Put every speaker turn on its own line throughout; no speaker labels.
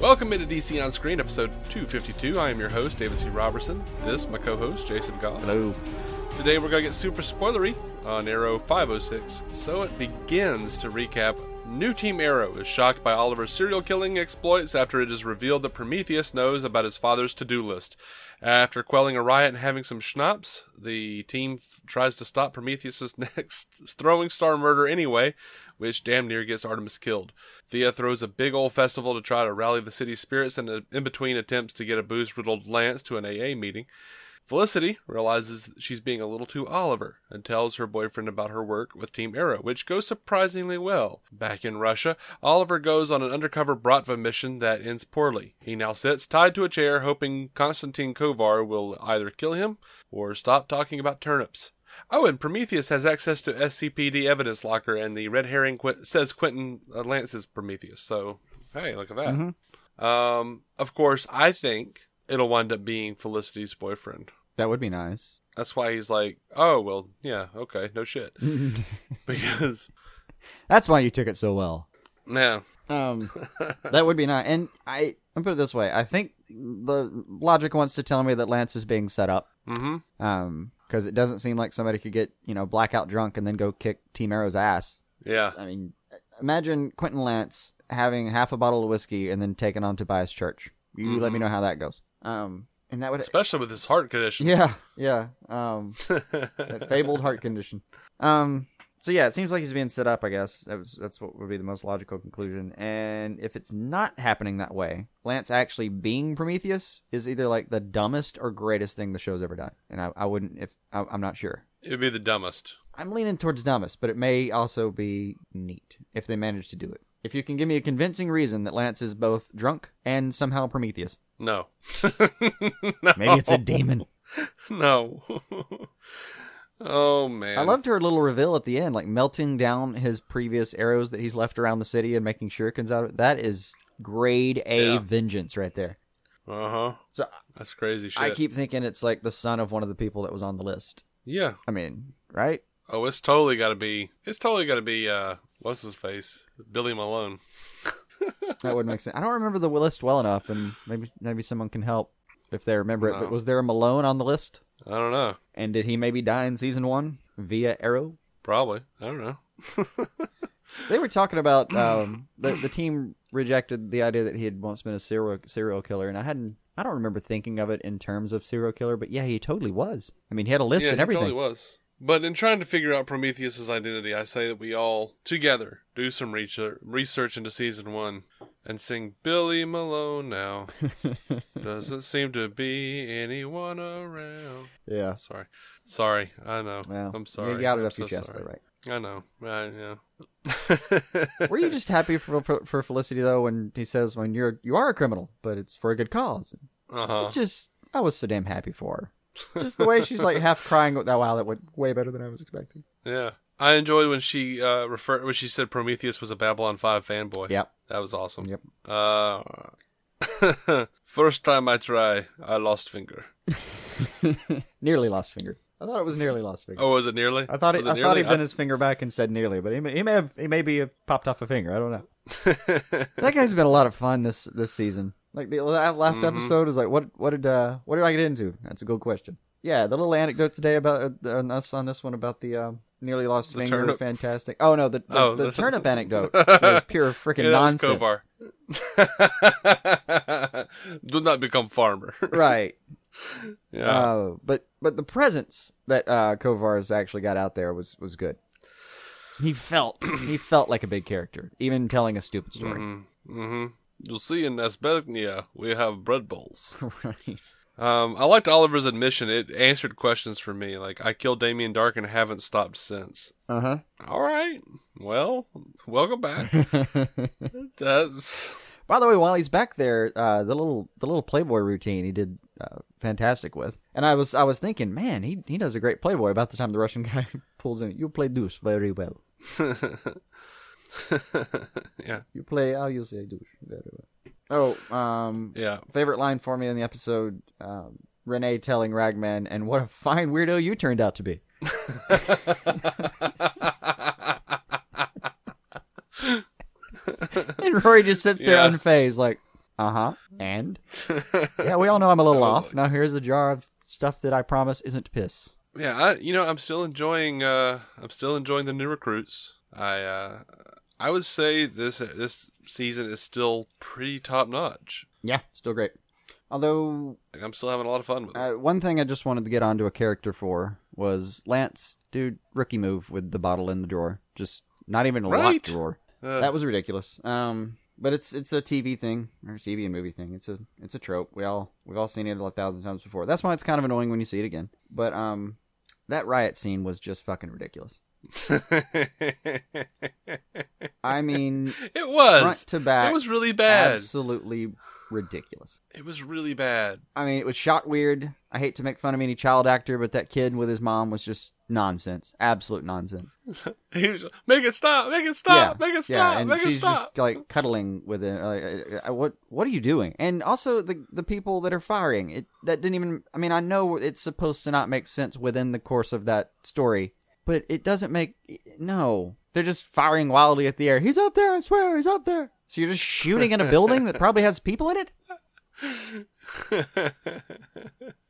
Welcome into DC on Screen, episode 252. I am your host, David C. Robertson. This, my co host, Jason Goff.
Hello.
Today, we're going to get super spoilery on Arrow 506. So it begins to recap. New Team Arrow is shocked by Oliver's serial killing exploits after it is revealed that Prometheus knows about his father's to do list. After quelling a riot and having some schnapps, the team f- tries to stop Prometheus's next throwing star murder anyway, which damn near gets Artemis killed. Thea throws a big old festival to try to rally the city's spirits and uh, in between attempts to get a booze riddled Lance to an AA meeting. Felicity realizes she's being a little too Oliver and tells her boyfriend about her work with Team Arrow, which goes surprisingly well. Back in Russia, Oliver goes on an undercover Bratva mission that ends poorly. He now sits tied to a chair, hoping Konstantin Kovar will either kill him or stop talking about turnips. Oh, and Prometheus has access to SCPD evidence locker, and the red herring Qu- says Quentin uh, Lance is Prometheus. So, hey, look at that.
Mm-hmm.
Um, of course, I think it'll wind up being Felicity's boyfriend.
That would be nice.
That's why he's like, oh, well, yeah, okay, no shit. because,
That's why you took it so well.
man,
Um, that would be nice. And I, I'll put it this way: I think the logic wants to tell me that Lance is being set up.
mm-hmm.
Um, because it doesn't seem like somebody could get you know blackout drunk and then go kick Team Arrow's ass.
Yeah,
I mean, imagine Quentin Lance having half a bottle of whiskey and then taken on to Tobias Church. You let me know how that goes. Um, and that would
especially with his heart condition.
Yeah, yeah. Um, that fabled heart condition. Um, so yeah, it seems like he's being set up. I guess that was that's what would be the most logical conclusion. And if it's not happening that way, Lance actually being Prometheus is either like the dumbest or greatest thing the show's ever done. And I, I wouldn't if I, I'm not sure.
It'd be the dumbest.
I'm leaning towards dumbest, but it may also be neat if they manage to do it. If you can give me a convincing reason that Lance is both drunk and somehow Prometheus,
No.
maybe
Oh.
it's a demon.
No. oh, man.
I loved her little reveal at the end, like melting down his previous arrows that he's left around the city and making shurikens out of it. That is grade A
Yeah.
vengeance right there.
Uh huh.
So
That's crazy shit.
I keep thinking it's like the son of one of the people that was on the list.
yeah.
I mean, right?
Oh, it's totally got to be. It's totally got to be. uh What's his face? Billy Malone.
That would make sense. I don't remember the list well enough, and maybe maybe someone can help if they remember it.
No.
But was there a Malone on the list?
I don't know.
And did he maybe die in season one via arrow?
Probably. I don't know.
They were talking about um, the the team rejected the idea that he had once been a serial serial killer, and I hadn't. I don't remember thinking of it in terms of serial killer, but yeah, he totally was. I mean, he had a list
yeah,
and
he
everything.
totally was. But in trying to figure out Prometheus's identity, I say that we all together do some research, research into season one and sing Billy Malone now. Doesn't seem to be anyone around.
yeah.
Sorry, sorry. I know.
Well,
I'm sorry.
You got it
I'm
up
so
your chest,
sorry.
though, right?
I know. I, yeah.
Were you just happy for, for for Felicity though when he says when you're you are a criminal, but it's for a good cause?
uh huh.
Just I was so damn happy for her. Just the way she's like half crying. Oh, wow, that went way better than I was expecting.
Yeah. I enjoyed when she uh referred when she said Prometheus was a Babylon 5 fanboy.
Yep.
That was awesome.
Yep.
Uh First time I try, I lost finger.
Nearly lost finger. I thought it was nearly lost finger.
Oh, was it nearly?
I thought he,
was
I thought
nearly?
he'd bent his finger back and said nearly, but he may, he may have he may be popped off a finger. I don't know. that guy's been a lot of fun this this season. Like the la- last
Mm-hmm.
episode is like what what did uh, what did I get into? That's a good question. Yeah, the little anecdote today about uh, on us on this one about the um, nearly lost finger,
turnip.
fantastic. Oh no, the the,
Oh,
the
the-
turnip anecdote was pure freaking
yeah, that was
nonsense.
Kovar. Do not become farmer.
Right.
yeah.
Uh, but but the presence that uh, Kovar's actually got out there was was good. He felt he felt like a big character, even telling a stupid story.
mm-hmm. You'll see in Asbesnia we have bread bowls.
Mm-hmm. right.
Um, I liked Oliver's admission. It answered questions for me. Like I killed Damien Dark and haven't stopped since.
Uh huh.
All right. Well, welcome back. That's
By the way, while he's back there, uh, the little the little Playboy routine he did uh, fantastic with, and I was I was thinking, man, he he does a great Playboy. About the time the Russian guy pulls in, you play douche very well.
yeah,
You play how you say douche very well. Oh, um,
yeah.
favorite line for me in the episode: um, Renee telling Ragman, "And what a fine weirdo you turned out to be." and Rory just sits there
Yeah.
unfazed, like, Uh huh. And yeah, we all know I'm a little off. Now here's a jar of stuff that I promise isn't piss.
yeah, I, you know, I'm still enjoying. Uh, I'm still enjoying the new recruits. I uh, I would say this this season is still pretty top notch.
Yeah, still great. Although
Like I'm still having a lot of fun with it.
uh, one thing I just wanted to get onto a character for was Lance, dude, rookie move with the bottle in the drawer, just not even a
Right.
locked drawer.
Uh,
that was ridiculous. Um, but it's it's a TV thing or TV and movie thing. It's a it's a trope. We all we've all seen it a thousand times before. That's why it's kind of annoying when you see it again. But um, that riot scene was just fucking ridiculous. I mean,
it
front
was.
to back,
It was really bad.
absolutely ridiculous.
It was really bad.
I mean, it was shot weird. I hate to make fun of any child actor, but that kid with his mom was just nonsense. Absolute nonsense.
He was make it stop, make it stop, make it stop,
yeah, and
make it
she's
stop.
just like cuddling with him. Like, uh, uh, what What are you doing? And also the the people that are firing it that didn't even. I mean, I know it's supposed to not make sense within the course of that story, but it doesn't make no. They're just firing wildly at the air. He's up there! I swear, he's up there. So you're just shooting in a building that probably has people in it.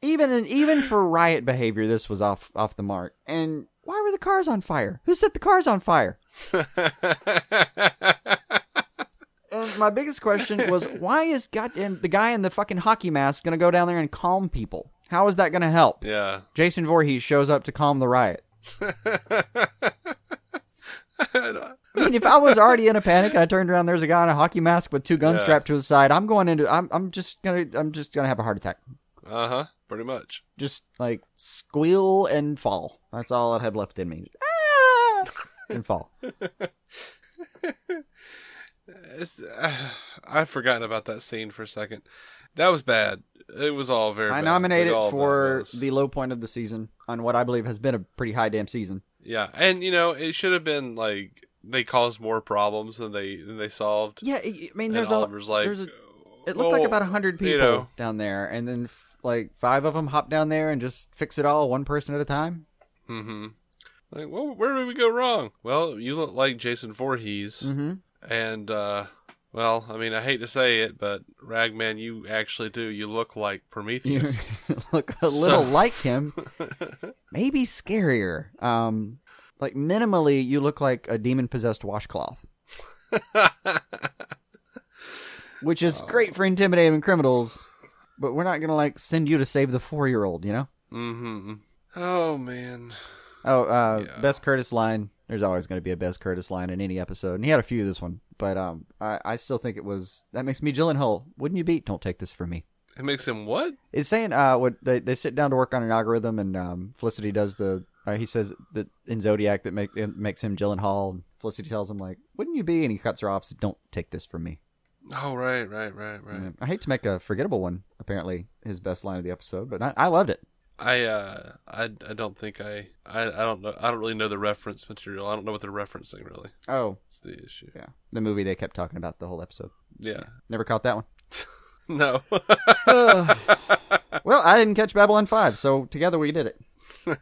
Even and even for riot behavior, this was off off the mark. And why were the cars on fire? Who set the cars on fire? And my biggest question was, why is goddamn the guy in the fucking hockey mask gonna go down there and calm people? How is that gonna help?
yeah.
Jason Voorhees shows up to calm the riot. I mean, if I was already in a panic and I turned around, there's a guy in a hockey mask with two guns
Yeah.
strapped to his side. I'm going into. I'm. I'm just gonna. I'm just gonna have a heart attack.
Uh huh. Pretty much.
Just like squeal and fall. That's all I had left in me. Ah! and fall.
It's, uh, I've forgotten about that scene for a second. That was bad. It was all very.
I
bad.
nominate
all of
it
that
for
was.
the low point of the season on what I believe has been a pretty high damn season.
Yeah, and you know it should have been like they caused more problems than they than they solved.
Yeah, I I mean,
and
there's a,
Oliver's like,
there's a It looked like
"Well,
about a hundred people
you know."
down there, and then f- like five of them hop down there and just fix it all one person at a time.
Mm-hmm. Like, well, where did we go wrong? Well, you look like Jason Voorhees,
Mm-hmm.
and uh, well, I mean, I hate to say it, but Ragman, you actually do. You look like
You
Prometheus.
look a little like him, maybe scarier. Um, like minimally, you look like a demon possessed washcloth, which
Oh.
is great for intimidating criminals. But we're not gonna like send you to save the four year old, you know?
mm-hmm. Oh man.
Oh, uh,
Yeah.
best Curtis line. There's always going to be a best Curtis line in any episode, and he had a few this one. But um, I, I still think it was that makes me Gyllenhaal. Wouldn't you beat? Don't take this from me.
It makes him what?
It's saying uh, what they they sit down to work on an algorithm, and um, Felicity does the. Uh, he says that in Zodiac that make, it makes him Gyllenhaal. And Felicity tells him like, "Wouldn't you be?" And he cuts her off. Said, "Don't take this from me."
Oh right, right, right, right.
I hate to make a forgettable one. Apparently, his best line of the episode, but I, I loved it.
I uh, I, I don't think I, I I don't know. I don't really know the reference material. I don't know what they're referencing really.
Oh,
It's the issue.
yeah, the movie they kept talking about the whole episode.
Yeah.
Never caught that one.
No.
Ugh. well, I didn't catch Babylon 5, so together we did it.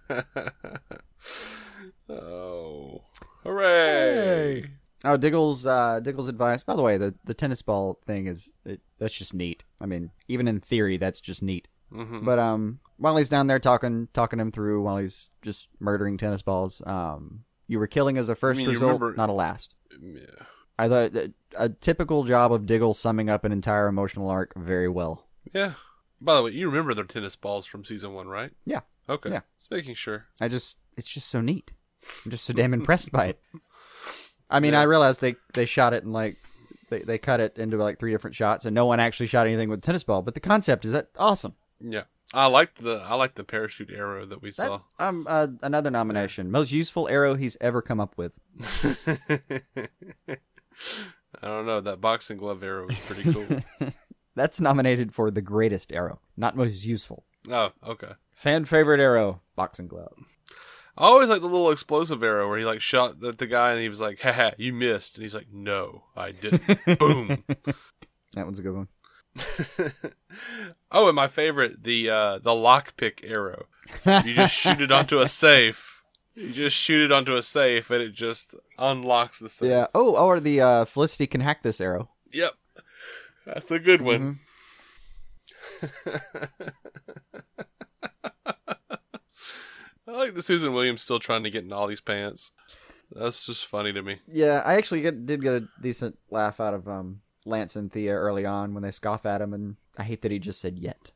oh. Hooray.
Oh, Diggle's uh, Diggle's advice. By the way, the, the tennis ball thing is it, that's just neat. I mean, even in theory, that's just neat.
Mhm.
But um, while he's down there talking talking him through, while he's just murdering tennis balls, um, you were killing as a first
mean, you
result,
remember-
not a last.
Yeah.
I thought that- a typical job of Diggle summing up an entire emotional arc very well.
Yeah. By the way, you remember their tennis balls from season one, right?
Yeah.
Okay.
Yeah.
Just making sure.
I just it's just so neat. I'm just so damn impressed by it. I mean, I realized they they shot it in like they they cut it into like three different shots, and no one actually shot anything with a tennis ball. But the concept is that awesome.
Yeah. I liked the I liked the parachute arrow that we
That,
saw.
um, uh, another nomination, most useful arrow he's ever come up with.
I don't know. That boxing glove arrow was pretty cool.
That's nominated for the greatest arrow, not most useful.
oh, okay.
Fan favorite arrow, boxing glove.
I always like the little explosive arrow where he like shot at the guy and he was like, "Haha, you missed," and he's like, "No, I didn't." Boom.
That one's a good one.
oh, and my favorite, the uh, the lockpick arrow. You just shoot it onto a safe. You just shoot it onto a safe, and it just unlocks the safe.
oh, Yeah. Oh, or the uh, Felicity can hack this arrow.
Yep. That's a good one. I like the Susan Williams still trying to get in Ollie's pants. That's just funny to me.
Yeah, I actually get, did get a decent laugh out of um, Lance and Thea early on when they scoff at him, and I hate that he just said yet.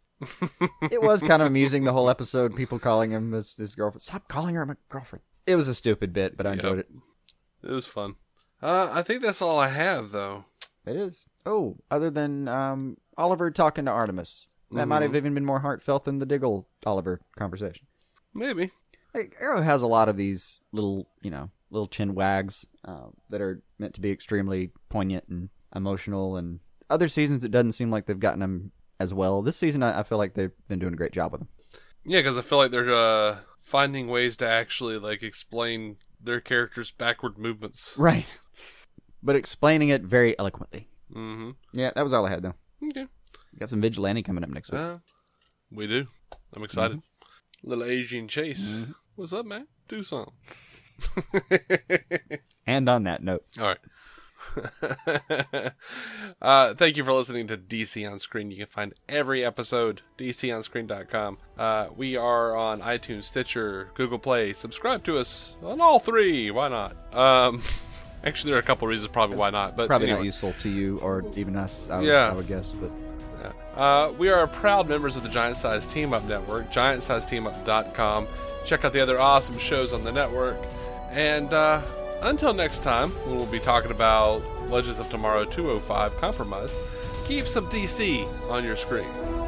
it was kind of amusing the whole episode. People calling him his, his girlfriend. Stop calling her my girlfriend. It was a stupid bit, but I enjoyed it.
It was fun. Uh, I think that's all I have, though.
It is. Oh, other than um, Oliver talking to Artemis, that might have even been more heartfelt than the Diggle Oliver conversation.
Maybe.
Like, Arrow has a lot of these little, you know, little chin wags uh, that are meant to be extremely poignant and emotional. And other seasons, it doesn't seem like they've gotten them as well. This season, I, I feel like they've been doing a great job with them.
Yeah, because I feel like they're uh, finding ways to actually like explain their characters' backward movements.
Right. But explaining it very eloquently.
Mm-hmm.
Yeah, that was all I had, though.
Okay.
Got some vigilante coming up next week.
Uh, we do. I'm excited. Little Asian Chase. What's up, man? Do something.
and on that note,
All right. uh, thank you for listening to DC on Screen. You can find every episode dconscreen.com. Uh, we are on iTunes, Stitcher, Google Play. Subscribe to us on all three. Why not? Um, actually, there are a couple reasons probably why not. But
probably
anyway.
not useful to you or even us. I would,
Yeah.
I would guess, but
Uh, we are proud members of the Giant Size Team Up Network, giantsizeteamup.com. Check out the other awesome shows on the network. And uh, until next time, when we'll be talking oh about Legends of Tomorrow 205 Compromised, keep some DC on your screen.